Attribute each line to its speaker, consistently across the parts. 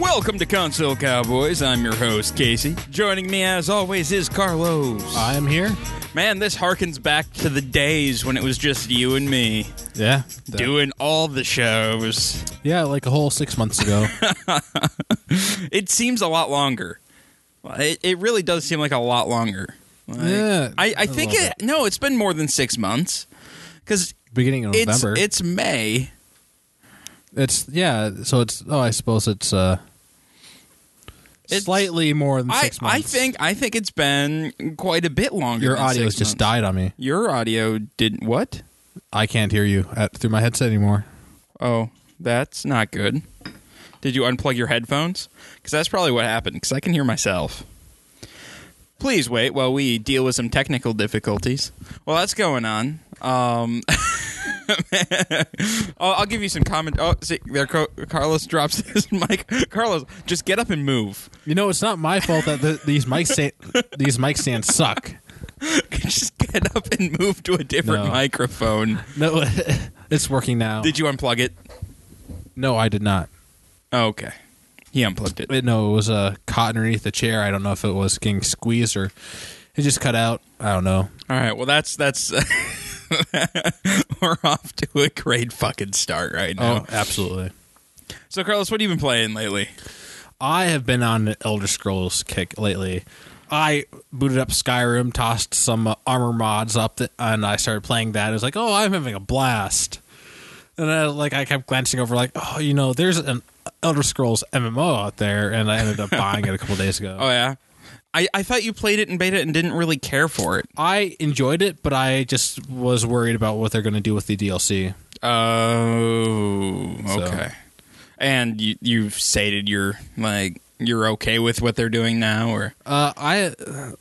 Speaker 1: Welcome to Console Cowboys. I'm your host, Casey. Joining me, as always, is Carlos.
Speaker 2: I am here.
Speaker 1: Uh, Man, this harkens back to the days when it was just you and me
Speaker 2: Yeah.
Speaker 1: doing all the shows.
Speaker 2: Yeah, like a whole six months ago.
Speaker 1: It seems a lot longer. It, it really does seem like a lot longer. Like,
Speaker 2: Yeah,
Speaker 1: I, I
Speaker 2: a
Speaker 1: think
Speaker 2: little
Speaker 1: it, no, it's been more than six months because
Speaker 2: Beginning of
Speaker 1: it's
Speaker 2: November.
Speaker 1: it's May.
Speaker 2: It's yeah. So it's oh, I suppose it's uh,
Speaker 1: It's-
Speaker 2: slightly more than
Speaker 1: I
Speaker 2: six months.
Speaker 1: I think I think it's been quite a bit longer.
Speaker 2: your
Speaker 1: than
Speaker 2: audio's
Speaker 1: six
Speaker 2: just
Speaker 1: months.
Speaker 2: died on me.
Speaker 1: Your audio didn't what?
Speaker 2: I can't hear you at, through my headset anymore.
Speaker 1: Oh, that's not good. Did you unplug your headphones? Because that's probably what happened, because I can hear myself. Please wait while we deal with some technical difficulties. Well, that's going on. Um, I'll, I'll give you some comment. Oh, see, there, Co- Carlos drops his mic. Carlos, just get up and move.
Speaker 2: You know, it's not my fault that the, these mic sta- these mic stands suck.
Speaker 1: just get up and move to a different
Speaker 2: No.
Speaker 1: microphone.
Speaker 2: No, it's working now.
Speaker 1: Did you unplug it?
Speaker 2: no, I did not.
Speaker 1: Okay. He unplugged it.
Speaker 2: It, no, it was uh, caught underneath the chair. I don't know if it was getting squeezed or it just cut out. I don't know.
Speaker 1: All right. Well, that's that's we're off to a great fucking start right
Speaker 2: Oh.
Speaker 1: now.
Speaker 2: absolutely.
Speaker 1: So, Carlos, what have you been playing lately?
Speaker 2: I have been on an Elder Scrolls kick lately. I booted up Skyrim, tossed some uh, armor mods up, th- and I started playing that. It was like, oh, I'm having a blast. And I, like I kept glancing over, like, oh, you know, there's an Elder Scrolls MMO out there, and I ended up buying it a couple days ago.
Speaker 1: Oh yeah, I I thought you played it in beta and didn't really care for it.
Speaker 2: I enjoyed it, but I just was worried about what they're going to do with the DLC.
Speaker 1: Oh,
Speaker 2: So-
Speaker 1: okay. And you you've stated you're like you're okay with what they're doing now, or
Speaker 2: Uh, I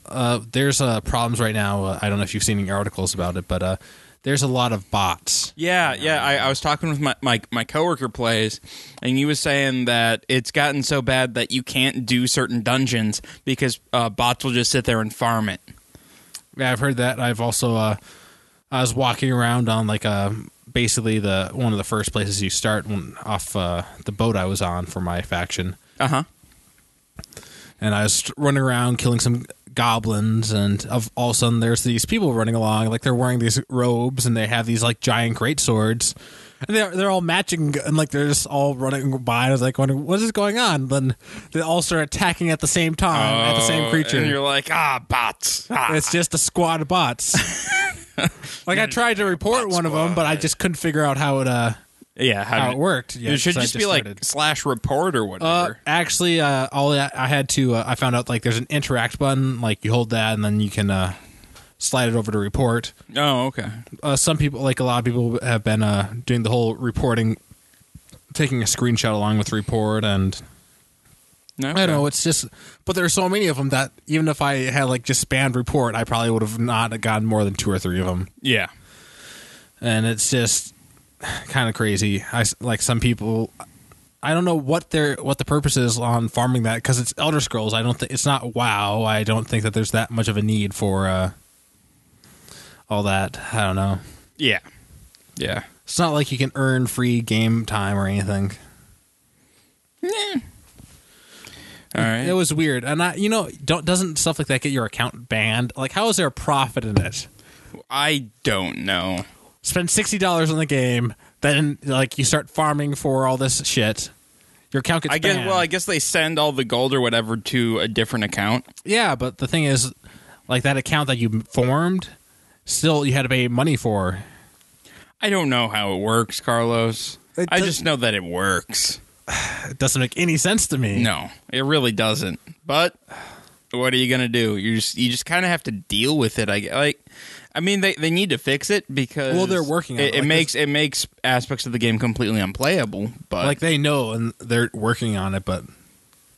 Speaker 2: uh, there's uh, problems right now. Uh, I don't know if you've seen any articles about it, but uh, there's a lot of bots.
Speaker 1: yeah, yeah. I, I was talking with my, my my coworker plays, and he was saying that it's gotten so bad that you can't do certain dungeons because uh, bots will just sit there and farm it.
Speaker 2: Yeah, I've heard that. I've also uh, I was walking around on like uh basically the one of the first places you start when, off uh, the boat I was on for my faction,
Speaker 1: Uh huh.
Speaker 2: and I was running around killing some goblins, and of, all of a sudden there's these people running along like they're wearing these robes and they have these like giant great swords. And they're, they're all matching and like they're just all running by. And I was like, wondering, what is going on? Then they all start attacking at the same time at the same creature.
Speaker 1: And you're like, ah, bots. Ah.
Speaker 2: It's just a squad of bots. like I tried to report one of them, but I just couldn't figure out how it uh
Speaker 1: yeah, how,
Speaker 2: how
Speaker 1: do-
Speaker 2: it worked. Yeah,
Speaker 1: it should
Speaker 2: so I
Speaker 1: just be like
Speaker 2: started.
Speaker 1: slash report or
Speaker 2: Uh,
Speaker 1: whatever.
Speaker 2: actually, uh, all I, I had to uh, I found out like there's an interact button. Like you hold that, and then you can uh, slide it over to report.
Speaker 1: oh, okay.
Speaker 2: Uh, some people, like a lot of people, have been uh, doing the whole reporting, taking a screenshot along with report, and
Speaker 1: No,
Speaker 2: I don't know. It's just, but there are so many of them that even if I had like just spammed report, I probably would have not gotten more than two or three of them.
Speaker 1: Yeah.
Speaker 2: and it's just kind of crazy. I s- like some people. I don't know what their what the purpose is on farming that because it's Elder Scrolls. I don't think it's not WoW. I don't think that there's that much of a need for uh, all that. I don't know.
Speaker 1: Yeah. Yeah.
Speaker 2: It's not like you can earn free game time or anything.
Speaker 1: All right.
Speaker 2: It was weird, and I you know don't doesn't stuff like that get your account banned? Like how is there a profit in it?
Speaker 1: I don't know.
Speaker 2: spend sixty dollars on the game, then like you start farming for all this shit. Your account gets
Speaker 1: I guess.
Speaker 2: banned.
Speaker 1: Well, I guess they send all the gold or whatever to a different account.
Speaker 2: Yeah, but the thing is, like that account that you formed, still you had to pay money for.
Speaker 1: I don't know how it works, Carlos.
Speaker 2: It
Speaker 1: I
Speaker 2: does-
Speaker 1: just know that it works.
Speaker 2: It doesn't make any sense to me.
Speaker 1: No, it really doesn't. But what are you gonna do? You just you just kind of have to deal with it. I gue- like. I mean, they, they need to fix it because
Speaker 2: Well, they're working on
Speaker 1: It,
Speaker 2: it.
Speaker 1: it
Speaker 2: Like,
Speaker 1: makes it makes aspects of the game completely unplayable. But
Speaker 2: like they know and they're working on it, but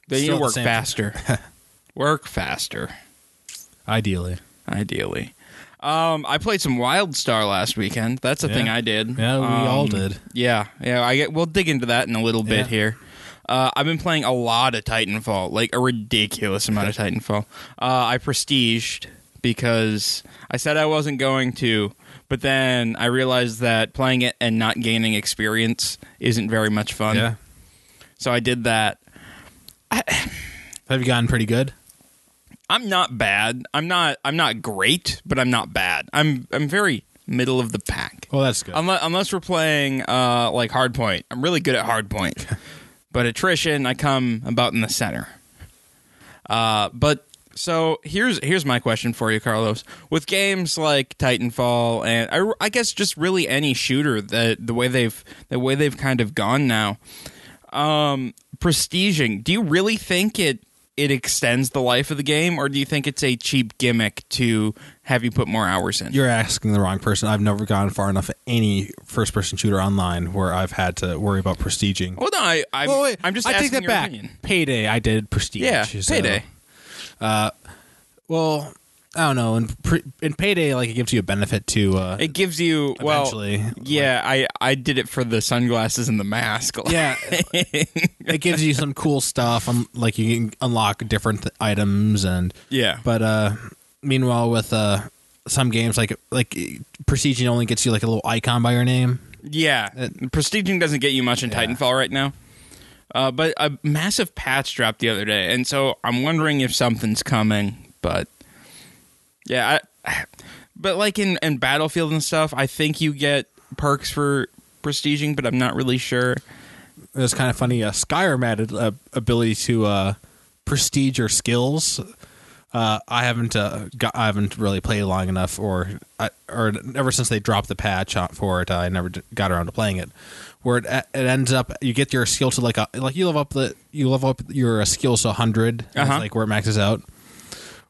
Speaker 1: they need to
Speaker 2: still the
Speaker 1: work
Speaker 2: same-
Speaker 1: faster. work faster,
Speaker 2: ideally,
Speaker 1: ideally. Um, I played some WildStar last weekend. That's a
Speaker 2: Yeah.
Speaker 1: thing I did.
Speaker 2: Yeah, we
Speaker 1: Um,
Speaker 2: all did.
Speaker 1: Yeah, yeah. I get. We'll dig into that in a little bit
Speaker 2: Yeah.
Speaker 1: here. Uh, I've been playing a lot of Titanfall, like a ridiculous amount of Titanfall. Uh, I prestiged because I said I wasn't going to, but then I realized that playing it and not gaining experience isn't very much fun.
Speaker 2: yeah.
Speaker 1: So I did that.
Speaker 2: Have you gotten pretty good?
Speaker 1: I'm not bad. I'm not. I'm not great, but I'm not bad. I'm. I'm very middle of the pack.
Speaker 2: Well, that's good.
Speaker 1: Unless, unless we're playing uh, like hardpoint, I'm really good at hardpoint. but attrition, I come about in the center. Uh, but so here's here's my question for you, Carlos. With games like Titanfall and I, I guess just really any shooter that the way they've the way they've kind of gone now, um, prestiging. Do you really think it? It extends the life of the game, or do you think it's a cheap gimmick to have you put more hours in?
Speaker 2: You're asking the wrong person. I've never gone far enough at any first person shooter online where I've had to worry about prestiging.
Speaker 1: Well, no, I, I'm,
Speaker 2: Well, wait,
Speaker 1: I'm just
Speaker 2: I
Speaker 1: asking
Speaker 2: take that
Speaker 1: your
Speaker 2: back.
Speaker 1: opinion.
Speaker 2: Payday, I did prestige.
Speaker 1: Yeah,
Speaker 2: so-
Speaker 1: payday.
Speaker 2: Well, I don't know. In, pre- in payday, like it gives you a benefit to. Uh,
Speaker 1: It gives you well,
Speaker 2: Eventually,
Speaker 1: yeah. I I did it for the sunglasses and the mask.
Speaker 2: yeah, it gives you some cool stuff. Um, like you can unlock different th- items and.
Speaker 1: yeah.
Speaker 2: But uh, meanwhile, with uh, some games like like prestiging only gets you like a little icon by your name.
Speaker 1: Yeah, prestiging doesn't get you much in Titanfall right now. Uh, but a massive patch dropped the other day, and so I'm wondering if something's coming. But yeah, I, but like in, in Battlefield and stuff, I think you get perks for prestiging, but I'm not really sure.
Speaker 2: it was kind of funny. Uh, Skyrim added uh, ability to uh, prestige your skills. Uh, I haven't uh, got, I haven't really played long enough, or I, or ever since they dropped the patch out for it, I never d- got around to playing it. Where it, it ends up, you get your skill to like a, like you level up the you level up your uh, skills to hundred,
Speaker 1: Uh-huh.
Speaker 2: like where it maxes out.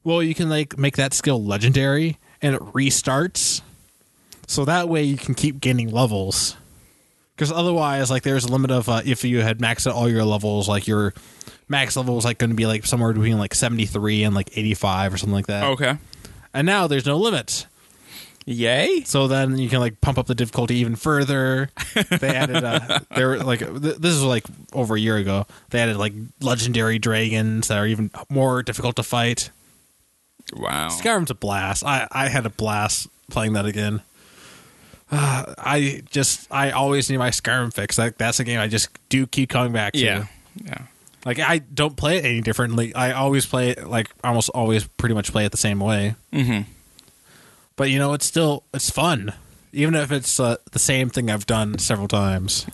Speaker 2: Well, you can like make that skill legendary, and it restarts. So that way you can keep gaining levels. Because otherwise, like there's a limit of uh, if you had maxed out all your levels, like your max level was like going to be like somewhere between like 73 and like 85 or something like that.
Speaker 1: Okay,
Speaker 2: And now there's no limit.
Speaker 1: yay!
Speaker 2: So then you can like pump up the difficulty even further. They added uh, there were, like th- this is like over a year ago. They added like legendary dragons that are even more difficult to fight.
Speaker 1: Wow.
Speaker 2: Skyrim's a blast. I, I had a blast playing that again. Uh, I just I always need my Skyrim fix. Like that's a game I just do keep coming back to.
Speaker 1: Yeah, yeah.
Speaker 2: Like I don't play it any differently. I always play it like almost always pretty much play it the same way.
Speaker 1: Mm-hmm.
Speaker 2: But you know it's still it's fun. Even if it's uh, the same thing I've done several times.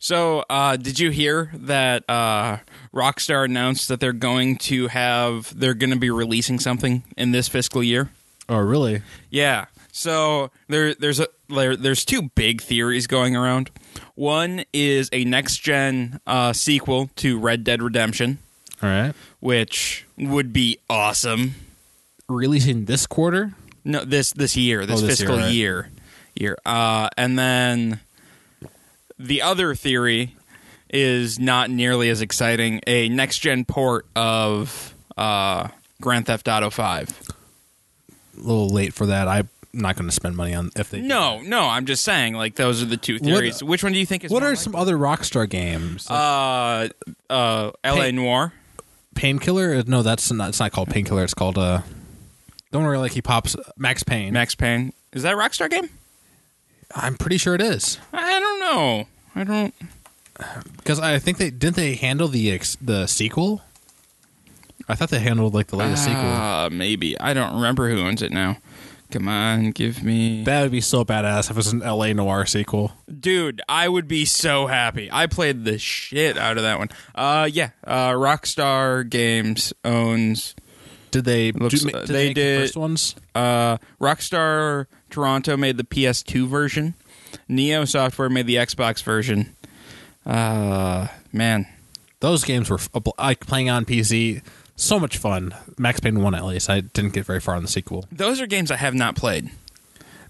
Speaker 1: So, uh, did you hear that uh, Rockstar announced that they're going to have they're going to be releasing something in this fiscal year?
Speaker 2: Oh really?
Speaker 1: Yeah. So there there's a there, there's two big theories going around. One is a next gen uh, sequel to Red Dead Redemption,
Speaker 2: All right.
Speaker 1: which would be awesome.
Speaker 2: Releasing this quarter?
Speaker 1: No, this this year, this,
Speaker 2: Oh, this year,
Speaker 1: fiscal
Speaker 2: right.
Speaker 1: year, year. Uh, and then the other theory is not nearly as exciting. A next gen port of uh, Grand Theft Auto Five.
Speaker 2: A little late for that. I'm not going to spend money on if they do
Speaker 1: No, no, I'm just saying. Like those are the two theories. Which one do you think is?
Speaker 2: What
Speaker 1: more
Speaker 2: are some other Rockstar games?
Speaker 1: likely? uh uh L.A.
Speaker 2: Hey.
Speaker 1: Noir?
Speaker 2: painkiller Uh, no that's not it's not called painkiller it's called uh don't worry like he pops max pain
Speaker 1: Max Payne? Is that a Rockstar game?
Speaker 2: i'm pretty sure it is
Speaker 1: I don't know. I don't.
Speaker 2: because i think they didn't they handle the ex, the sequel i thought they handled like the latest sequel
Speaker 1: Uh, maybe I don't remember who owns it now. Come on, give me.
Speaker 2: that would be so badass if it was an la noir sequel
Speaker 1: Dude, I would be so happy. I played the shit out of that one. Uh, yeah, uh, Rockstar Games owns
Speaker 2: did they do-
Speaker 1: Looks-
Speaker 2: ma-
Speaker 1: uh,
Speaker 2: did
Speaker 1: they
Speaker 2: make the
Speaker 1: did-
Speaker 2: first ones
Speaker 1: uh, Rockstar Toronto made the PS2 version. Neo Software made the Xbox version. Uh, man,
Speaker 2: those games were f- like playing on pc so much fun max payne 1 at least i didn't get very far on the sequel
Speaker 1: those are games I have not played.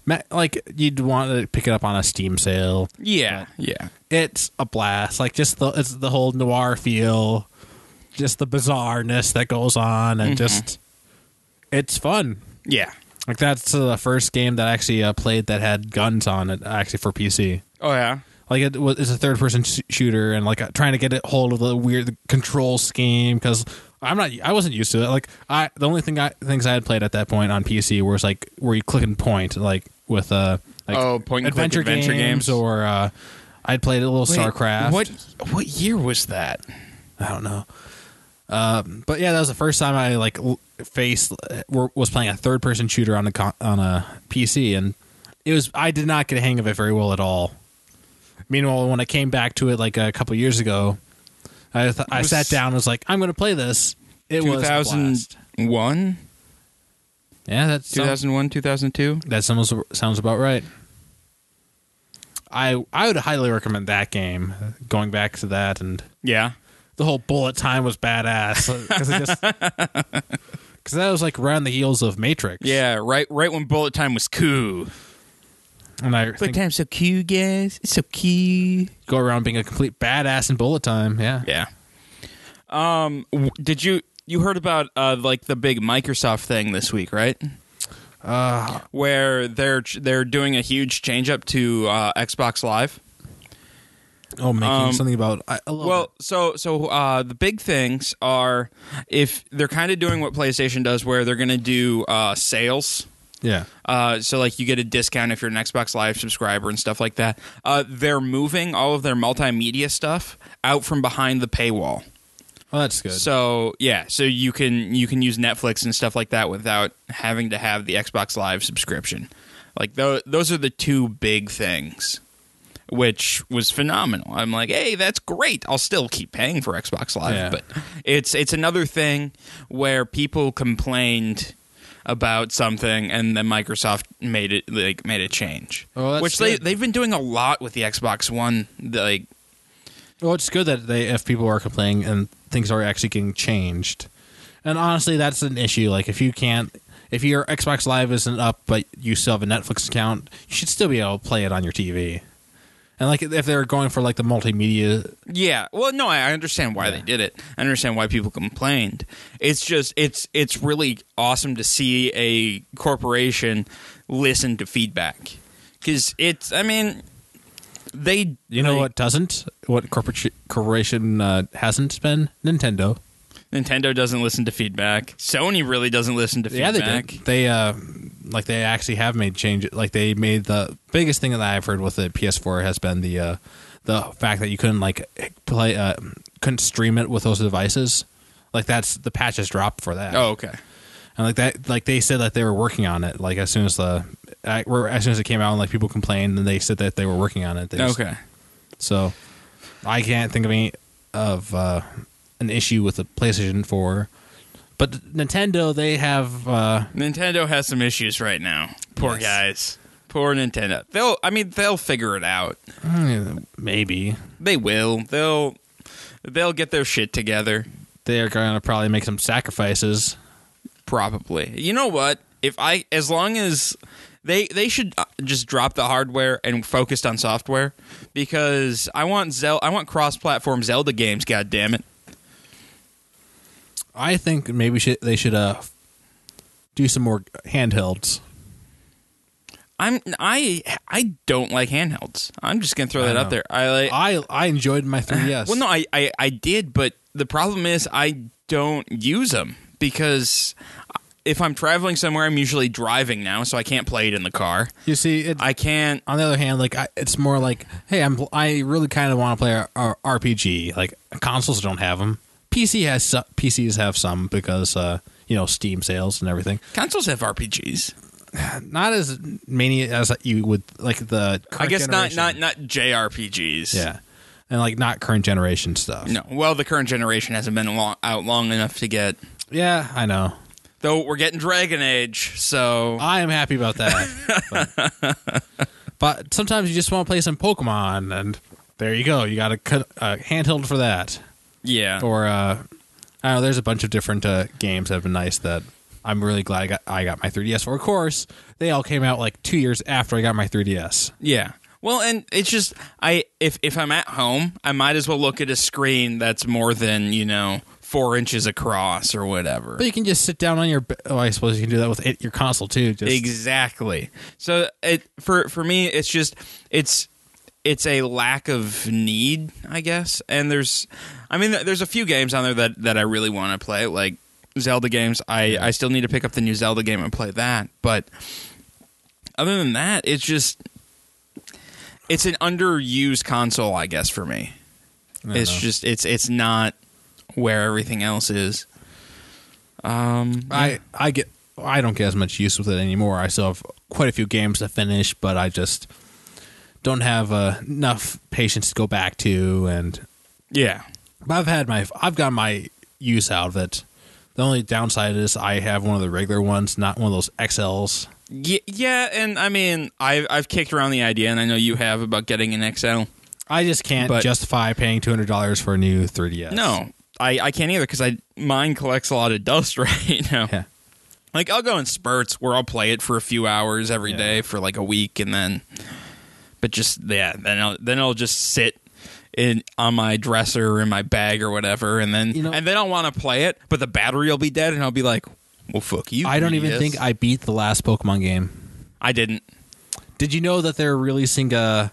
Speaker 2: Ma- like you'd want to pick it up on a steam sale
Speaker 1: Yeah, yeah.
Speaker 2: it's a blast. Like just the it's the whole noir feel, just the bizarreness that goes on, and just it's fun.
Speaker 1: Yeah.
Speaker 2: Like that's uh, the first game that I actually uh, played that had guns on it, actually for PC.
Speaker 1: Oh, yeah.
Speaker 2: Like it was it's a third person sh- shooter, and like uh, trying to get a hold of the weird control scheme because I'm not I wasn't used to it. Like I the only thing I things I had played at that point on PC was like where you click and point like with uh like
Speaker 1: Oh, point and click
Speaker 2: adventure,
Speaker 1: adventure
Speaker 2: games,
Speaker 1: games.
Speaker 2: or uh, I'd played a little StarCraft.
Speaker 1: What, what year was that?
Speaker 2: I don't know. Um, but yeah, that was the first time I like l- faced were- was playing a third person shooter on a con- on a PC, and it was I did not get a hang of it very well at all. Meanwhile, when I came back to it like a couple years ago, I th- I
Speaker 1: was-
Speaker 2: sat down and was like, I'm going to play this. It was a blast.
Speaker 1: 2001,
Speaker 2: Yeah, that's
Speaker 1: 2001, 2002.
Speaker 2: That sounds sounds about right. I I would highly recommend that game. Going back to that, and
Speaker 1: Yeah.
Speaker 2: the whole bullet time was badass because that was like around the heels of Matrix.
Speaker 1: Yeah, right right when bullet time was cool.
Speaker 2: and I think
Speaker 1: time's so cool, guys. It's so cool.
Speaker 2: go around being a complete badass in bullet time. Yeah,
Speaker 1: Yeah. Um w- did you you heard about uh like the big Microsoft thing this week, right? Uh where they're they're doing a huge change up to uh Xbox Live.
Speaker 2: oh, making something about I, I love
Speaker 1: Um, Well,
Speaker 2: it.
Speaker 1: so so uh, the big things are if they're kind of doing what PlayStation does, where they're going to do uh, sales.
Speaker 2: yeah,
Speaker 1: Uh, so like you get a discount if you're an Xbox Live subscriber and stuff like that. Uh, they're moving all of their multimedia stuff out from behind the paywall.
Speaker 2: well that's good.
Speaker 1: So yeah, so you can you can use Netflix and stuff like that without having to have the Xbox Live subscription. Like tho- those are the two big things, which was phenomenal. I'm like, hey, that's great. I'll still keep paying for Xbox Live,
Speaker 2: Yeah.
Speaker 1: but it's it's another thing where people complained about something and then Microsoft made it like made a change.
Speaker 2: Oh, that's
Speaker 1: which they
Speaker 2: good.
Speaker 1: they've been doing a lot with the Xbox One like
Speaker 2: Well, it's good that they if people are complaining and things are actually getting changed. And honestly, that's an issue. Like if you can't, if your Xbox Live isn't up, but you still have a Netflix account, you should still be able to play it on your TV. And like if they're going for like the multimedia,
Speaker 1: Yeah. Well, no, I I understand why they did it. I understand why people complained. It's just it's it's really awesome to see a corporation listen to feedback because it's. I mean, they.
Speaker 2: you know
Speaker 1: like,
Speaker 2: what doesn't, what corporate corporation uh, hasn't been Nintendo.
Speaker 1: Nintendo doesn't listen to feedback. Sony really doesn't listen to
Speaker 2: Yeah,
Speaker 1: feedback.
Speaker 2: they did. They uh, like they actually have made changes. Like they made the biggest thing that I've heard with the PS4 has been the uh, the fact that you couldn't like play uh, couldn't stream it with those devices. Like that's the patches dropped for that.
Speaker 1: Oh, okay.
Speaker 2: and like that, like they said that they were working on it. Like as soon as the I- or as soon as it came out, and like people complained, and they said that they were working on it. They just-
Speaker 1: Okay.
Speaker 2: so I can't think of any of uh, an issue with the PlayStation 4. But Nintendo, they have uh,
Speaker 1: Nintendo has some issues right now. Poor
Speaker 2: Yes.
Speaker 1: guys. Poor Nintendo. They'll. I mean, they'll figure it out.
Speaker 2: Mm, Maybe
Speaker 1: They will. They'll. They'll get their shit together.
Speaker 2: they are going to probably make some sacrifices.
Speaker 1: Probably. You know what? If I, as long as they they should uh, just drop the hardware and focused on software, because I want Zel, I want cross-platform Zelda games. God damn it!
Speaker 2: I think maybe should, they should uh, do some more handhelds.
Speaker 1: I'm I I don't like handhelds. I'm just gonna throw
Speaker 2: I
Speaker 1: that
Speaker 2: know.
Speaker 1: out there. I like.
Speaker 2: I I enjoyed my 3DS.
Speaker 1: well, no, I, I I did, but the problem is I don't use them because if I'm traveling somewhere, I'm usually driving now, so I can't play it in the car.
Speaker 2: you see, it,
Speaker 1: I can't.
Speaker 2: on the other hand, like I, it's more like, hey, I'm I really kind of want to play a, a RPG. Like consoles don't have them. PC has so- PCs have some because uh, you know Steam sales and everything.
Speaker 1: Consoles have RPGs.
Speaker 2: Not as many as you would like the.
Speaker 1: I
Speaker 2: current
Speaker 1: guess
Speaker 2: generation.
Speaker 1: not not not JRPGs.
Speaker 2: Yeah, and like not current generation stuff.
Speaker 1: No. Well, the current generation hasn't been long, out long enough to get.
Speaker 2: Yeah, I know.
Speaker 1: Though we're getting Dragon Age, so
Speaker 2: I am happy about that. but, but sometimes you just want to play some Pokemon, and there you go. You got a, co- a handheld for that,
Speaker 1: yeah.
Speaker 2: or uh, I don't know. There's a bunch of different uh, games that have been nice that I'm really glad I got. I got my 3DS for. Of course, they all came out like two years after I got my 3DS.
Speaker 1: yeah. Well, and it's just I if if I'm at home, I might as well look at a screen that's more than you know four inches across or whatever.
Speaker 2: But you can just sit down on your. be- Oh, I suppose you can do that with it, your console too. Just
Speaker 1: Exactly. So it for for me, it's just it's it's a lack of need, I guess. And there's, I mean, there's a few games on there that that I really want to play, like Zelda games. I I still need to pick up the new Zelda game and play that. But other than that, it's just it's an underused console, I guess, for me.
Speaker 2: I don't
Speaker 1: It's
Speaker 2: know.
Speaker 1: just it's it's not where everything else is. Um,
Speaker 2: I I get I don't get as much use with it anymore. I still have quite a few games to finish, but I just don't have uh, enough patience to go back to. And
Speaker 1: yeah,
Speaker 2: but I've had my I've got my use out of it. The only downside is I have one of the regular ones, not one of those XLs.
Speaker 1: yeah, yeah. And I mean, I've I've kicked around the idea, and I know you have about getting an XL.
Speaker 2: I just can't
Speaker 1: But-
Speaker 2: justify paying two hundred dollars for a new 3DS.
Speaker 1: No, I I can't either because I mine collects a lot of dust right now.
Speaker 2: Yeah.
Speaker 1: Like I'll go in spurts where I'll play it for a few hours every
Speaker 2: Yeah.
Speaker 1: day for like a week, and then, but just yeah, then I'll then I'll just sit in on my dresser or in my bag or whatever, and then
Speaker 2: You know-
Speaker 1: and then I'll want to play it, but the battery will be dead, and I'll be like, well, fuck you.
Speaker 2: I don't
Speaker 1: 3DS.
Speaker 2: even think I beat the last Pokemon game.
Speaker 1: I didn't.
Speaker 2: Did you know that they're releasing a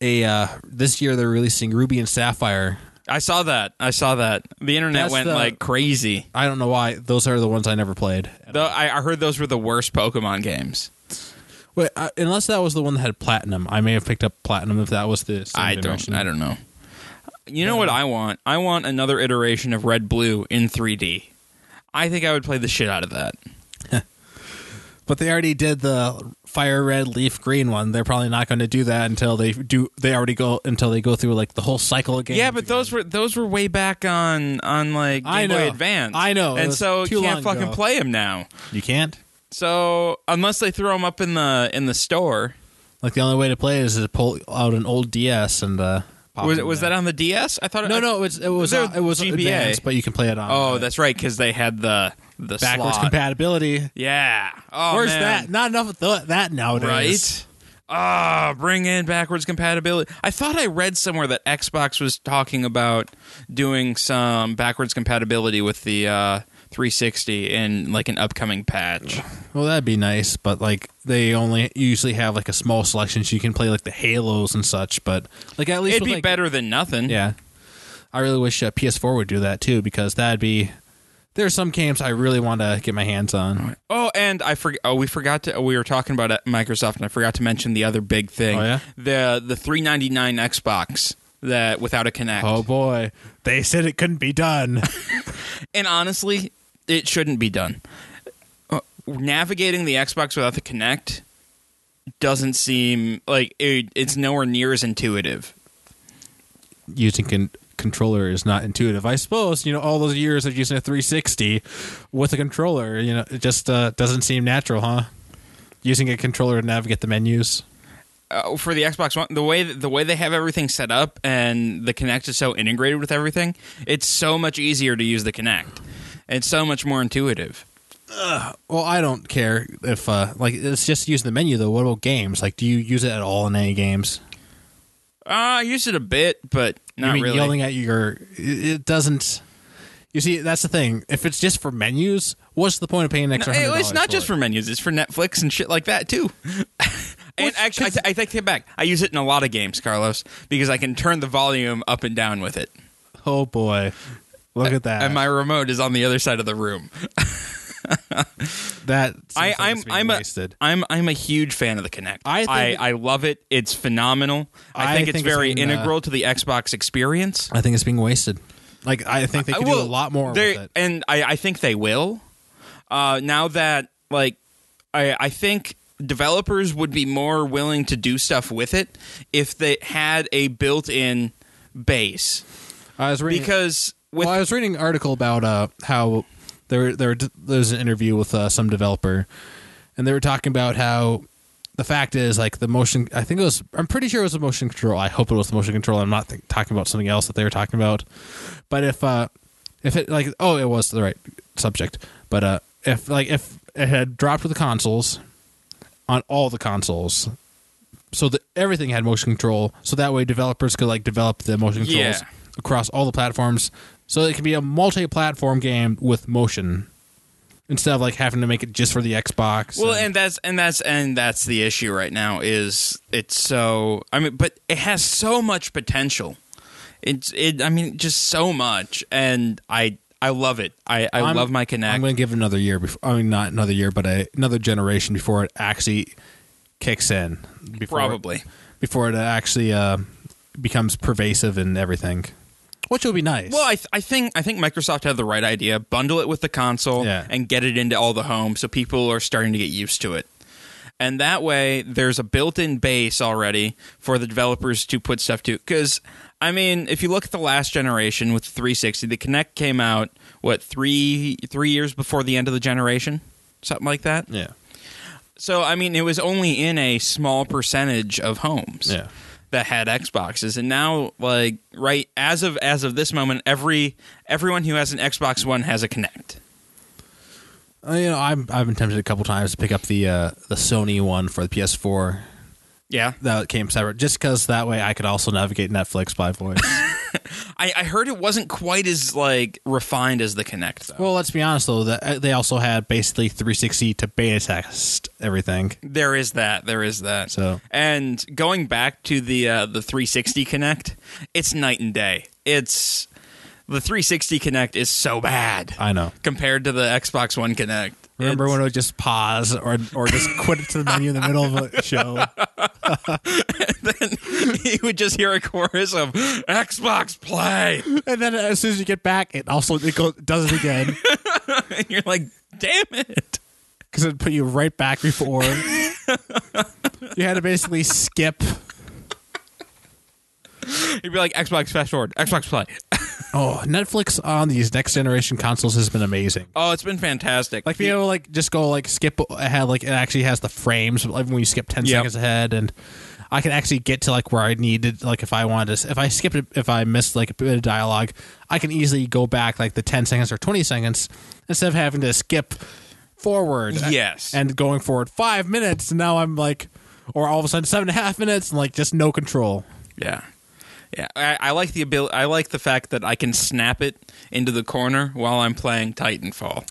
Speaker 2: a uh, this year they're releasing Ruby and Sapphire.
Speaker 1: I saw that. I saw that. The internet
Speaker 2: That's
Speaker 1: went
Speaker 2: the-
Speaker 1: like crazy.
Speaker 2: I don't know why those are the ones I never played.
Speaker 1: Though I, I heard those were the worst Pokemon games.
Speaker 2: Wait, uh, unless that was the one that had platinum, I may have picked up platinum if that was the. Same
Speaker 1: I don't.
Speaker 2: dimension.
Speaker 1: I don't know. You know what I want? I want another iteration of Red Blue in 3D. I think I would play the shit out of that.
Speaker 2: But they already did the fire red, leaf green one. They're probably not going to do that until they do. They already go until they go through like the whole cycle again.
Speaker 1: Yeah, but those were those were way back on on like Game
Speaker 2: I
Speaker 1: Boy
Speaker 2: know.
Speaker 1: Advance.
Speaker 2: I know. It
Speaker 1: and
Speaker 2: was
Speaker 1: so
Speaker 2: too
Speaker 1: you can't
Speaker 2: long
Speaker 1: fucking
Speaker 2: ago.
Speaker 1: play them now.
Speaker 2: you can't.
Speaker 1: So unless they throw them up in the in the store,
Speaker 2: Like the only way to play it is to pull out an old DS and. Uh, pop
Speaker 1: was
Speaker 2: it in
Speaker 1: was
Speaker 2: there.
Speaker 1: that on the DS? I thought it-
Speaker 2: No,
Speaker 1: I-
Speaker 2: no, it was it was uh,
Speaker 1: They're
Speaker 2: it was
Speaker 1: GBA.
Speaker 2: advanced, but you can play it on.
Speaker 1: Oh,
Speaker 2: uh,
Speaker 1: that's right, because they had the the
Speaker 2: backwards
Speaker 1: slot.
Speaker 2: compatibility.
Speaker 1: yeah. Oh,
Speaker 2: Where's
Speaker 1: man.
Speaker 2: that? Not enough of th- that nowadays.
Speaker 1: Right? Ah, bring in backwards compatibility. I thought I read somewhere that Xbox was talking about doing some backwards compatibility with the uh, 360 in like an upcoming patch.
Speaker 2: Well, that'd be nice, but like they only usually have like a small selection, so you can play like the Halos and such. But like at least
Speaker 1: It'd
Speaker 2: with,
Speaker 1: be
Speaker 2: like-
Speaker 1: better than nothing.
Speaker 2: Yeah, I really wish uh, PS4 would do that too because that'd be. There's some games I really want to get my hands on.
Speaker 1: Oh, and I forgot. Oh, we forgot to. We were talking about uh, Microsoft, and I forgot to mention the other big thing.
Speaker 2: Oh, yeah?
Speaker 1: The the 399 Xbox that without a Kinect.
Speaker 2: Oh boy, they said it couldn't be done.
Speaker 1: and honestly, it shouldn't be done. Uh, navigating the Xbox without the Kinect doesn't seem like it, it's nowhere near as intuitive.
Speaker 2: using con- controller is not intuitive. I suppose you know all those years of using a 360 with a controller, you know, it just uh, doesn't seem natural, huh? Using a controller to navigate the menus.
Speaker 1: Uh, for the Xbox One, the way the way they have everything set up and the Kinect is so integrated with everything, it's so much easier to use the Kinect. It's so much more intuitive.
Speaker 2: Well, I don't care if uh, like it's just using the menu though. What about games? Like, do you use it at all in any games?
Speaker 1: Uh, I used it a bit, but not
Speaker 2: you mean
Speaker 1: really.
Speaker 2: yelling at your? It it doesn't. You see, that's the thing. If it's just for menus, what's the point of paying an
Speaker 1: No,
Speaker 2: extra? $100
Speaker 1: it's not just
Speaker 2: for
Speaker 1: for menus. It's for Netflix and shit like that too. and actually, I, t- I take it back. I use it in a lot of games, Carlos, because I can turn the volume up and down with it,
Speaker 2: it? Oh boy, look at that.
Speaker 1: and my remote is on the other side of the room.
Speaker 2: that seems
Speaker 1: I,
Speaker 2: like
Speaker 1: I'm
Speaker 2: it's being
Speaker 1: I'm
Speaker 2: wasted.
Speaker 1: a I'm I'm a huge fan of the Kinect.
Speaker 2: I think-
Speaker 1: I, I love it. It's phenomenal. I,
Speaker 2: I
Speaker 1: think,
Speaker 2: think
Speaker 1: it's
Speaker 2: it's
Speaker 1: very
Speaker 2: been, uh,
Speaker 1: integral to the Xbox experience.
Speaker 2: I think it's being wasted. Like I think they could do
Speaker 1: Uh, Well,
Speaker 2: a lot more
Speaker 1: they-
Speaker 2: with it.
Speaker 1: and I, I think they will. Uh, now that like, I, I think developers would be more willing to do stuff with it if they had a built-in base,
Speaker 2: I was reading
Speaker 1: because with
Speaker 2: well, I was reading an article about uh, how there there there was an interview with uh, some developer, and they were talking about how the fact is like the motion. I think it was. I'm pretty sure it was a motion control. I hope it was the motion control. I'm not think talking about something else that they were talking about. But if uh, if it like oh, it was the right subject. But uh, if like if it had dropped with the consoles on all the consoles. So that everything had motion control, so that way developers could like develop the motion controls
Speaker 1: Yeah.
Speaker 2: across all the platforms so it can be a multi-platform game with motion instead of like having to make it just for the xbox
Speaker 1: well, and that's and that's and that's the issue right now is it's so I mean, but it has so much potential. It's it I mean, just so much, and I I love it. I I
Speaker 2: I'm-
Speaker 1: love my Kinect.
Speaker 2: i'm gonna give it another year before i mean not another year but a, another generation before it actually kicks in before
Speaker 1: Probably.
Speaker 2: before it actually uh, becomes pervasive in everything which would be nice.
Speaker 1: Well, I, th- I think I think Microsoft had the right idea. Bundle it with the console
Speaker 2: Yeah.
Speaker 1: and get it into all the homes, so people are starting to get used to it. And that way, there's a built-in base already for the developers to put stuff to. Because I mean, if you look at the last generation with the 360, the Kinect came out what three three years before the end of the generation, something like that.
Speaker 2: yeah,
Speaker 1: So I mean, it was only in a small percentage of homes
Speaker 2: yeah.
Speaker 1: that had Xboxes, and now like right as of as of this moment, every everyone who has an Xbox One has a Connect.
Speaker 2: Uh, you know, I'm, I've been tempted a couple times to pick up the uh, the Sony one for the PS4
Speaker 1: Yeah,
Speaker 2: that came separate, just because that way I could also navigate Netflix by voice.
Speaker 1: I, I heard it wasn't quite as like refined as the Connect though.
Speaker 2: well, let's be honest though, that uh, they also had basically 360 to beta test everything.
Speaker 1: There is that. There is that.
Speaker 2: So-
Speaker 1: and going back to the uh, the 360 Connect, it's night and day. It's the 360 Connect is so bad
Speaker 2: I know.
Speaker 1: compared to the Xbox One Connect.
Speaker 2: Remember when it would just pause or or just quit it to the menu in the middle of a show?
Speaker 1: you would just hear a chorus of Xbox Play,
Speaker 2: And then as soon as you get back, it also it goes, does it again
Speaker 1: and you're like, "Damn it!"
Speaker 2: because it put you right back before. you had to basically skip.
Speaker 1: You'd be like Xbox fast forward, Xbox play.
Speaker 2: Oh, Netflix on these next generation consoles has been amazing.
Speaker 1: Oh, it's been fantastic.
Speaker 2: Like being able to like just go like skip ahead, like it actually has the frames like when you skip ten
Speaker 1: Yep.
Speaker 2: seconds ahead, and I can actually get to like where I needed. Like if I wanted to, if I skipped, it- if I missed like a bit of dialogue, I can easily go back like the ten seconds or twenty seconds instead of having to skip forward.
Speaker 1: Yes.
Speaker 2: and going forward five minutes, and now I'm like, or all of a sudden seven and a half minutes, and like just no control.
Speaker 1: yeah, yeah. I, I like the ability. I like the fact that I can snap it into the corner while I'm playing Titanfall.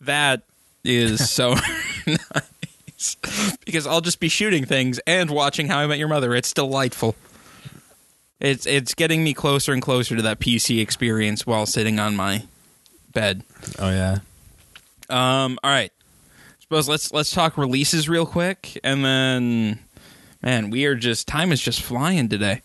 Speaker 1: That is so nice because I'll just be shooting things and watching How I Met Your Mother. It's delightful. It's it's getting me closer and closer to that PC experience while sitting on my bed.
Speaker 2: Oh yeah.
Speaker 1: Um, all right. Suppose let's let's talk releases real quick, and then, man, we are just time is just flying today.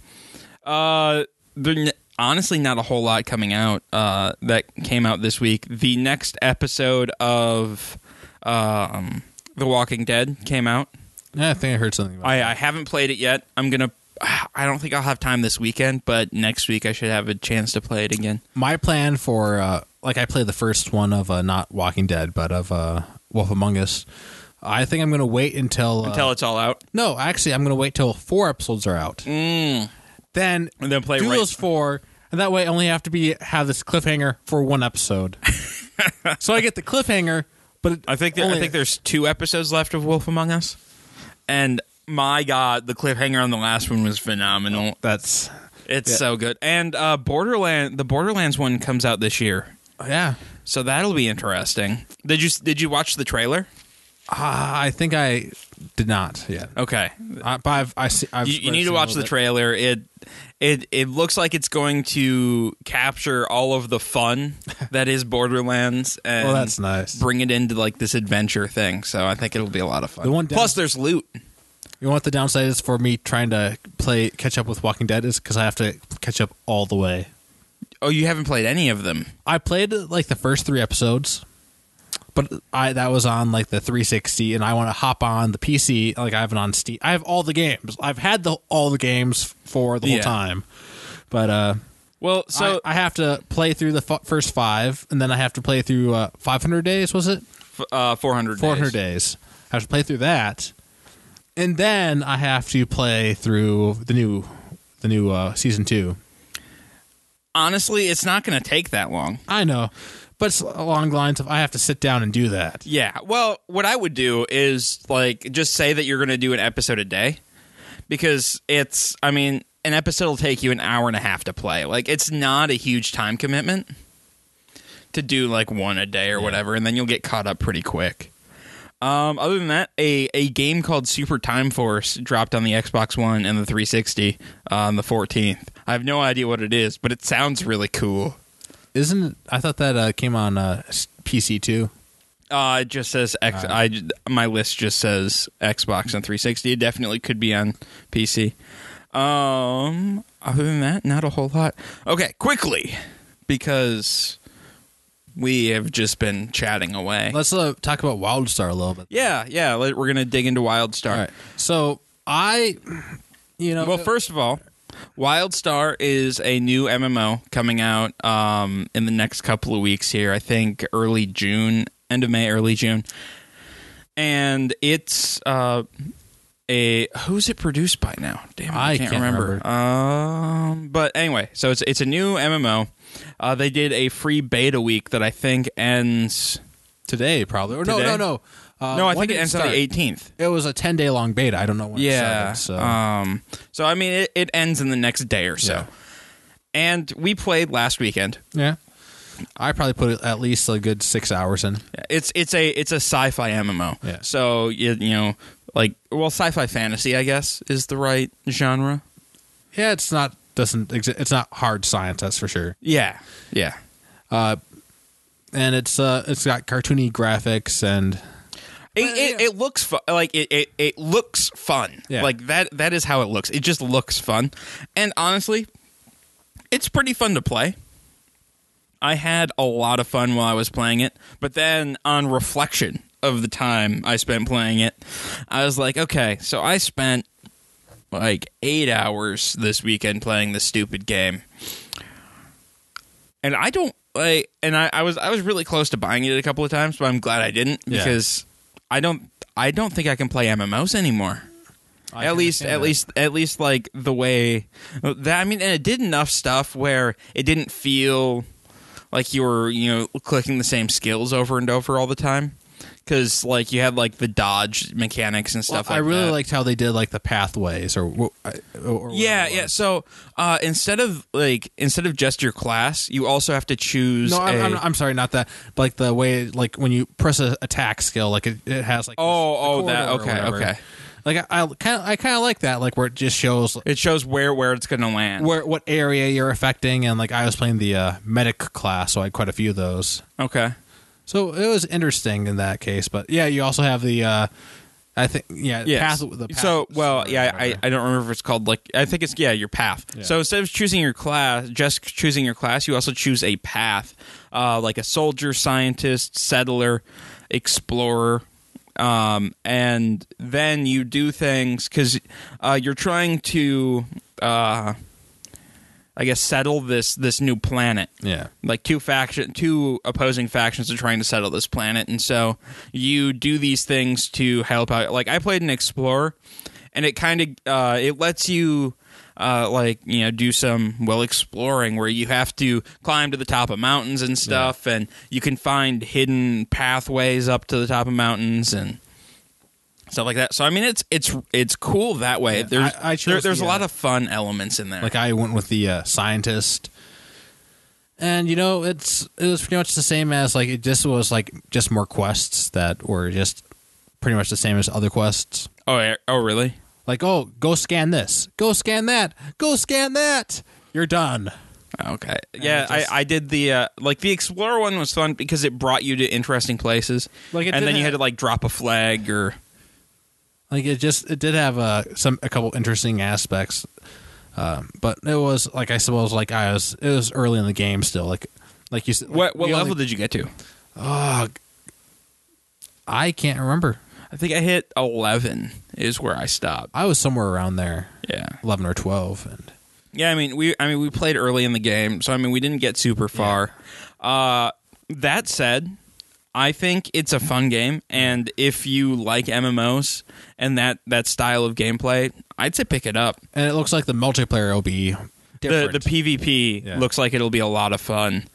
Speaker 1: Uh, there n- honestly not a whole lot coming out. Uh, that came out this week. The next episode of, um, The Walking Dead came out.
Speaker 2: Yeah, I think I heard something. About
Speaker 1: I, I haven't played it yet. I'm gonna. I don't think I'll have time this weekend, but next week I should have a chance to play it again.
Speaker 2: my plan for uh, like I played the first one of uh, not Walking Dead, but of uh, Wolf Among Us. I think I'm gonna wait until uh,
Speaker 1: Until it's all out,
Speaker 2: no, actually I'm gonna wait till four episodes are out. Then
Speaker 1: and then play
Speaker 2: do
Speaker 1: Mm. right-
Speaker 2: those four, and that way I only have to be have this cliffhanger for one episode. so I get the cliffhanger, but it
Speaker 1: I think there, I
Speaker 2: only-
Speaker 1: think there's two episodes left of Wolf Among Us, and my God, the cliffhanger on the last one was phenomenal.
Speaker 2: that's
Speaker 1: It's so good. And uh, Borderland, the Borderlands one comes out this year,
Speaker 2: yeah.
Speaker 1: so that'll be interesting. Did you did you watch the trailer?
Speaker 2: Ah, I think I did not yet.
Speaker 1: Okay,
Speaker 2: I, but I've, I see, I've
Speaker 1: Uh, you, you
Speaker 2: I've
Speaker 1: need
Speaker 2: seen
Speaker 1: to
Speaker 2: a
Speaker 1: watch
Speaker 2: little
Speaker 1: the
Speaker 2: bit.
Speaker 1: trailer. It it it looks like it's going to capture all of the fun that is Borderlands, and
Speaker 2: Well, that's nice.
Speaker 1: Bring it into like this adventure thing. So I think it'll be a lot of fun.
Speaker 2: The one down-
Speaker 1: Plus, there's loot.
Speaker 2: You know what the downside is for me trying to play catch up with Walking Dead is because I have to catch up all the way.
Speaker 1: Oh, you haven't played any of them.
Speaker 2: I played like the first three episodes, but I that was on like the 360, and I want to hop on the PC. Like I have it on Steam. I have all the games. I've had the all the games for the whole
Speaker 1: Yeah.
Speaker 2: time, but uh,
Speaker 1: Well, so
Speaker 2: I, I have to play through the f- first five, and then I have to play through uh, 500 days. Was it?
Speaker 1: f- uh, 400
Speaker 2: 400 days. I have to play through that, and then I have to play through the new, the new uh, season two.
Speaker 1: Honestly, it's not going to take that long.
Speaker 2: I know, but it's along the lines of I have to sit down and do that.
Speaker 1: Yeah. Well, what I would do is like just say that you're going to do an episode a day because it's I mean, an episode will take you an hour and a half to play. Like it's not a huge time commitment to do like one a day or whatever and then you'll get caught up pretty quick. Um, other than that, a, a game called Super Time Force dropped on the Xbox One and the 360 on the 14th. I have no idea what it is, but it sounds really cool.
Speaker 2: Isn't it, I thought that uh, came on uh, s- PC too?
Speaker 1: Uh, it just says X. I j- my list just says Xbox and 360. It definitely could be on PC. Um, Other than that, not a whole lot. Okay, quickly, because we have just been chatting away.
Speaker 2: Let's uh, talk about Wildstar a little bit.
Speaker 1: yeah, yeah, let- we're gonna dig into Wildstar.
Speaker 2: All right. So I, you know,
Speaker 1: Well, first of all, WildStar is a new MMO coming out um, in the next couple of weeks here. I think early June, end of May, early June, and it's uh, a who's it produced by now? Damn, it, I,
Speaker 2: I
Speaker 1: can't,
Speaker 2: can't
Speaker 1: remember.
Speaker 2: remember.
Speaker 1: Um, but anyway, so it's it's a new MMO. Uh, they did a free beta week that I think ends.
Speaker 2: today probably. Or
Speaker 1: Today?
Speaker 2: No, no, no. Uh,
Speaker 1: no, I
Speaker 2: when
Speaker 1: think
Speaker 2: did
Speaker 1: it ends on
Speaker 2: start?
Speaker 1: the 18th.
Speaker 2: It was a ten day long beta. I don't know when.
Speaker 1: Yeah.
Speaker 2: It started, so
Speaker 1: Um. So I mean, it, it ends in the next day or so.
Speaker 2: Yeah.
Speaker 1: And we played last weekend.
Speaker 2: yeah, I probably put at least a good six hours in.
Speaker 1: It's it's a it's a sci-fi MMO.
Speaker 2: Yeah.
Speaker 1: So you, you know like well sci-fi fantasy I guess is the right genre.
Speaker 2: Yeah, it's not doesn't exi- it's not hard science. That's for sure.
Speaker 1: Yeah. Yeah.
Speaker 2: And it's uh it's got cartoony graphics and
Speaker 1: It, it, it looks fu- like it, it, it looks fun.
Speaker 2: Yeah.
Speaker 1: Like that that is how it looks. It just looks fun. And honestly, it's pretty fun to play. I had a lot of fun while I was playing it, but then on reflection of the time I spent playing it, I was like, okay, so I spent like 8 hours this weekend playing this stupid game. And I don't like and I, I was I was really close to buying it a couple of times, but I'm glad I didn't
Speaker 2: Yeah.
Speaker 1: because I don't I don't think I can play MMOs anymore.
Speaker 2: I
Speaker 1: at least
Speaker 2: understand
Speaker 1: at
Speaker 2: that.
Speaker 1: least at least like the way that I mean and it did enough stuff where it didn't feel like you were, you know, clicking the same skills over and over all the time cuz like you had like the dodge mechanics and stuff
Speaker 2: Well, I
Speaker 1: like
Speaker 2: really
Speaker 1: that.
Speaker 2: liked how they did like the pathways or, wh- I- or
Speaker 1: Yeah,
Speaker 2: whatever it
Speaker 1: yeah.
Speaker 2: was.
Speaker 1: So uh, instead of like instead of just your class, you also have to choose.
Speaker 2: No,
Speaker 1: a-
Speaker 2: I'm, I'm, I'm sorry, not that. But like the way, like when you press a attack skill, like it, it has like
Speaker 1: Oh,
Speaker 2: the
Speaker 1: oh, that-
Speaker 2: corridor or
Speaker 1: okay,
Speaker 2: whatever.
Speaker 1: okay.
Speaker 2: Like I kind of I kind of like that, like where it just shows
Speaker 1: it shows where where it's going to land.
Speaker 2: where what area you're affecting, and like I was playing the uh, medic class, so I had quite a few of those.
Speaker 1: okay.
Speaker 2: So it was interesting in that case, but yeah, you also have the. Uh, I think yeah,
Speaker 1: Yes.
Speaker 2: path, the path
Speaker 1: so well,
Speaker 2: or
Speaker 1: yeah. I,
Speaker 2: whatever.
Speaker 1: I don't remember if it's called like I think it's yeah your path.
Speaker 2: Yeah.
Speaker 1: So instead of choosing your class, just choosing your class, you also choose a path, uh, like a soldier, scientist, settler, explorer. Um, and then you do things because uh, you're trying to, uh, I guess, settle this this new planet.
Speaker 2: yeah.
Speaker 1: like two faction two opposing factions are trying to settle this planet and so you do these things to help out like i played an explorer and it kind of uh, it lets you uh, like you know do some well exploring where you have to climb to the top of mountains and stuff and you can find hidden pathways up to the top of mountains and stuff like that so i mean it's it's it's cool that way there's
Speaker 2: I- I chose
Speaker 1: there- there's
Speaker 2: the,
Speaker 1: a lot
Speaker 2: uh,
Speaker 1: of fun elements in there
Speaker 2: Like I went with the uh, scientist, and you know it's it was pretty much the same as like it just was like just more quests that were just pretty much the same as other quests.
Speaker 1: oh yeah. oh really
Speaker 2: Like oh, go scan this, go scan that, go scan that. You're done.
Speaker 1: Okay. Yeah,
Speaker 2: it just-
Speaker 1: I, I did the uh, like the explorer one was fun because it brought you to interesting places.
Speaker 2: Like, it
Speaker 1: and then
Speaker 2: did
Speaker 1: you had
Speaker 2: have-
Speaker 1: to like drop a flag or
Speaker 2: Like it just it did have uh, some a couple interesting aspects, um, but it was like I suppose like I was it was early in the game still like like you said
Speaker 1: what what
Speaker 2: we
Speaker 1: level
Speaker 2: only-
Speaker 1: did you get to?
Speaker 2: I can't remember
Speaker 1: I think I hit 11 is where I stopped.
Speaker 2: I was somewhere around there
Speaker 1: Yeah.
Speaker 2: eleven or twelve and
Speaker 1: Yeah, I mean we I mean we played early in the game, so I mean we didn't get super far. Uh that said, I think it's a fun game and if you like MMOs and that that style of gameplay, I'd say pick it up.
Speaker 2: and it looks like the multiplayer will be
Speaker 1: the
Speaker 2: different.
Speaker 1: the PvP
Speaker 2: Yeah.
Speaker 1: looks like it'll be a lot of fun,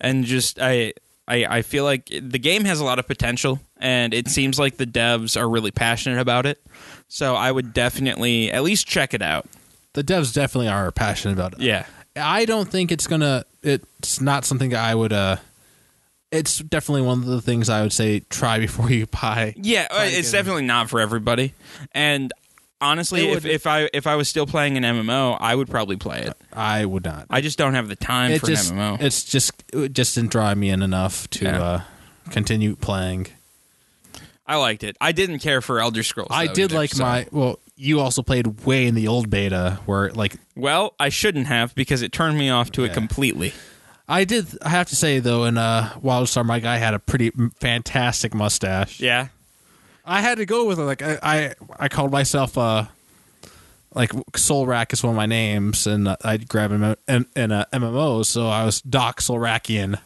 Speaker 1: and just I, I I feel like the game has a lot of potential, and it seems like the devs are really passionate about it. So I would definitely at least check it out.
Speaker 2: the devs definitely are passionate about it.
Speaker 1: Yeah,
Speaker 2: I don't think it's gonna. It's not something that I would. uh It's definitely one of the things I would say try before you buy.
Speaker 1: yeah, uh, it's definitely not for everybody, and. Honestly,
Speaker 2: It
Speaker 1: if,
Speaker 2: would-
Speaker 1: if I if I was still playing an MMO, I would probably play it.
Speaker 2: I would not.
Speaker 1: I just don't have the time
Speaker 2: it
Speaker 1: for
Speaker 2: just.
Speaker 1: an MMO.
Speaker 2: It's just. It just didn't draw me in enough to
Speaker 1: Yeah.
Speaker 2: uh continue playing.
Speaker 1: I liked it. I didn't care for Elder Scrolls.
Speaker 2: I
Speaker 1: though,
Speaker 2: did
Speaker 1: either,
Speaker 2: like
Speaker 1: so-
Speaker 2: my. Well, you also played way in the old beta where like
Speaker 1: Well, I shouldn't have because it turned me off to it completely.
Speaker 2: I did. I have to say though, in uh, Wildstar, my guy had a pretty m- fantastic mustache.
Speaker 1: Yeah.
Speaker 2: I had to go with it. Like I, I, I called myself uh, like Soul Rack is one of my names, and uh, I'd grab him in, in uh, MMOs, so I was Doc Solrakian,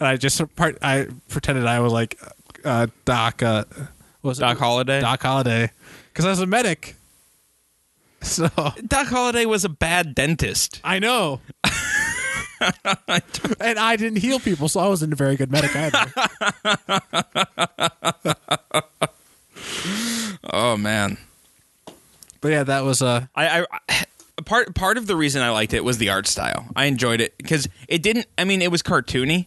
Speaker 2: and I just part I pretended I was like uh, Doc. Uh, what was it?
Speaker 1: Doc Holiday.
Speaker 2: Doc Holiday, because I was a medic. So
Speaker 1: Doc Holiday was a bad dentist.
Speaker 2: I know. and I didn't heal people, so I wasn't a very good medic either.
Speaker 1: Oh man.
Speaker 2: but yeah, that was uh
Speaker 1: I, I part part of the reason I liked it was the art style. I enjoyed it because it didn't. I mean, it was cartoony,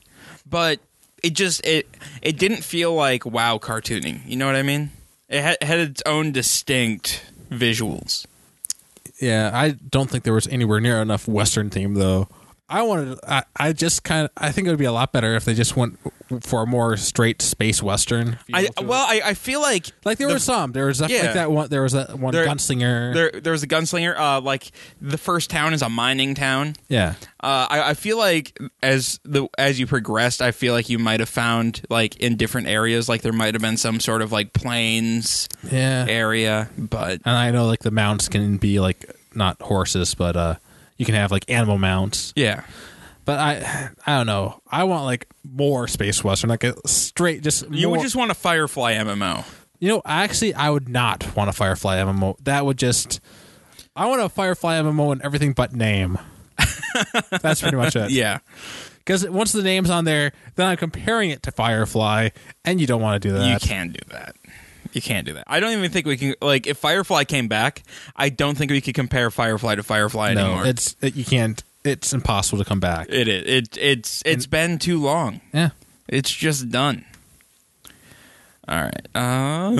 Speaker 1: but it just it it didn't feel like wow cartooning. You know what I mean? It had, had its own distinct visuals.
Speaker 2: yeah, I don't think there was anywhere near enough Western theme though. I wanted I, I just kind of I think it would be a lot better if they just went for a more straight space Western. feel
Speaker 1: I
Speaker 2: to it.
Speaker 1: well, I, I feel like
Speaker 2: like there were some there was definitely
Speaker 1: Yeah.
Speaker 2: like that one there was that one
Speaker 1: There-
Speaker 2: gunslinger
Speaker 1: there there was a gunslinger. Uh, like the first town is a mining town.
Speaker 2: yeah
Speaker 1: Uh, I, I feel like as the as you progressed, I feel like you might have found like in different areas, like there might have been some sort of like plains
Speaker 2: yeah
Speaker 1: area, but
Speaker 2: and I know like the mounts can be like not horses but uh you can have like animal mounts
Speaker 1: yeah,
Speaker 2: but I I don't know I want like more space Western like a straight just
Speaker 1: you
Speaker 2: more,
Speaker 1: would just want a Firefly MMO.
Speaker 2: You know, actually, I would not want a Firefly MMO. That would just. I want a Firefly MMO and everything but name. That's pretty much it.
Speaker 1: Yeah,
Speaker 2: Because once the name's on there, then I'm comparing it to Firefly, and you don't want to do that.
Speaker 1: you can do that. You can't do that. I don't even think we can. Like, if Firefly came back, I don't think we could compare Firefly to Firefly
Speaker 2: No,
Speaker 1: anymore.
Speaker 2: it's it, you can't. It's impossible to come back.
Speaker 1: it is. It, it's it's been too long.
Speaker 2: Yeah.
Speaker 1: It's just done. All right. Um,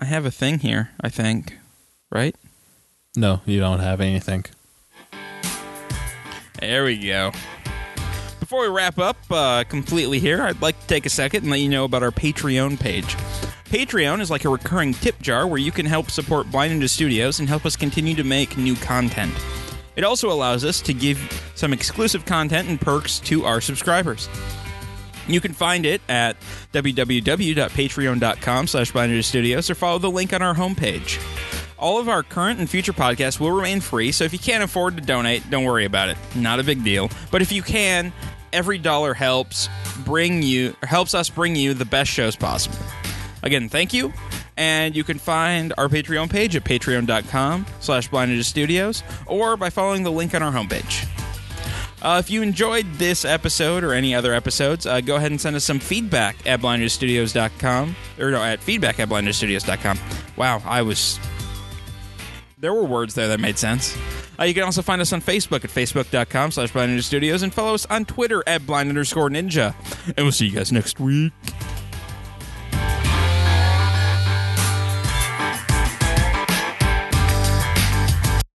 Speaker 1: I have a thing here. I think, right?
Speaker 2: No, you don't have anything.
Speaker 1: There we go. Before we wrap up uh, completely here, I'd like to take a second and let you know about our Patreon page. Patreon is like a recurring tip jar where you can help support Blind Ninja Studios and help us continue to make new content. It also allows us to give some exclusive content and perks to our subscribers. You can find it at www.patreon.com slash Binder Studios or follow the link on our homepage. All of our current and future podcasts will remain free, so if you can't afford to donate, don't worry about it. Not a big deal. But if you can, every dollar helps bring you or helps us bring you the best shows possible. Again, thank you. And you can find our Patreon page at patreon.com slash Blind Ninja Studios or by following the link on our homepage. Uh, if you enjoyed this episode or any other episodes, uh, go ahead and send us some feedback at blindnewstudios.com. Or no, at feedback at blindnewstudios.com. Wow, I was. There were words there that made sense. Uh, you can also find us on Facebook at facebook.com slash blind ninja studios and follow us on Twitter at blind underscore ninja. And we'll see you guys next week.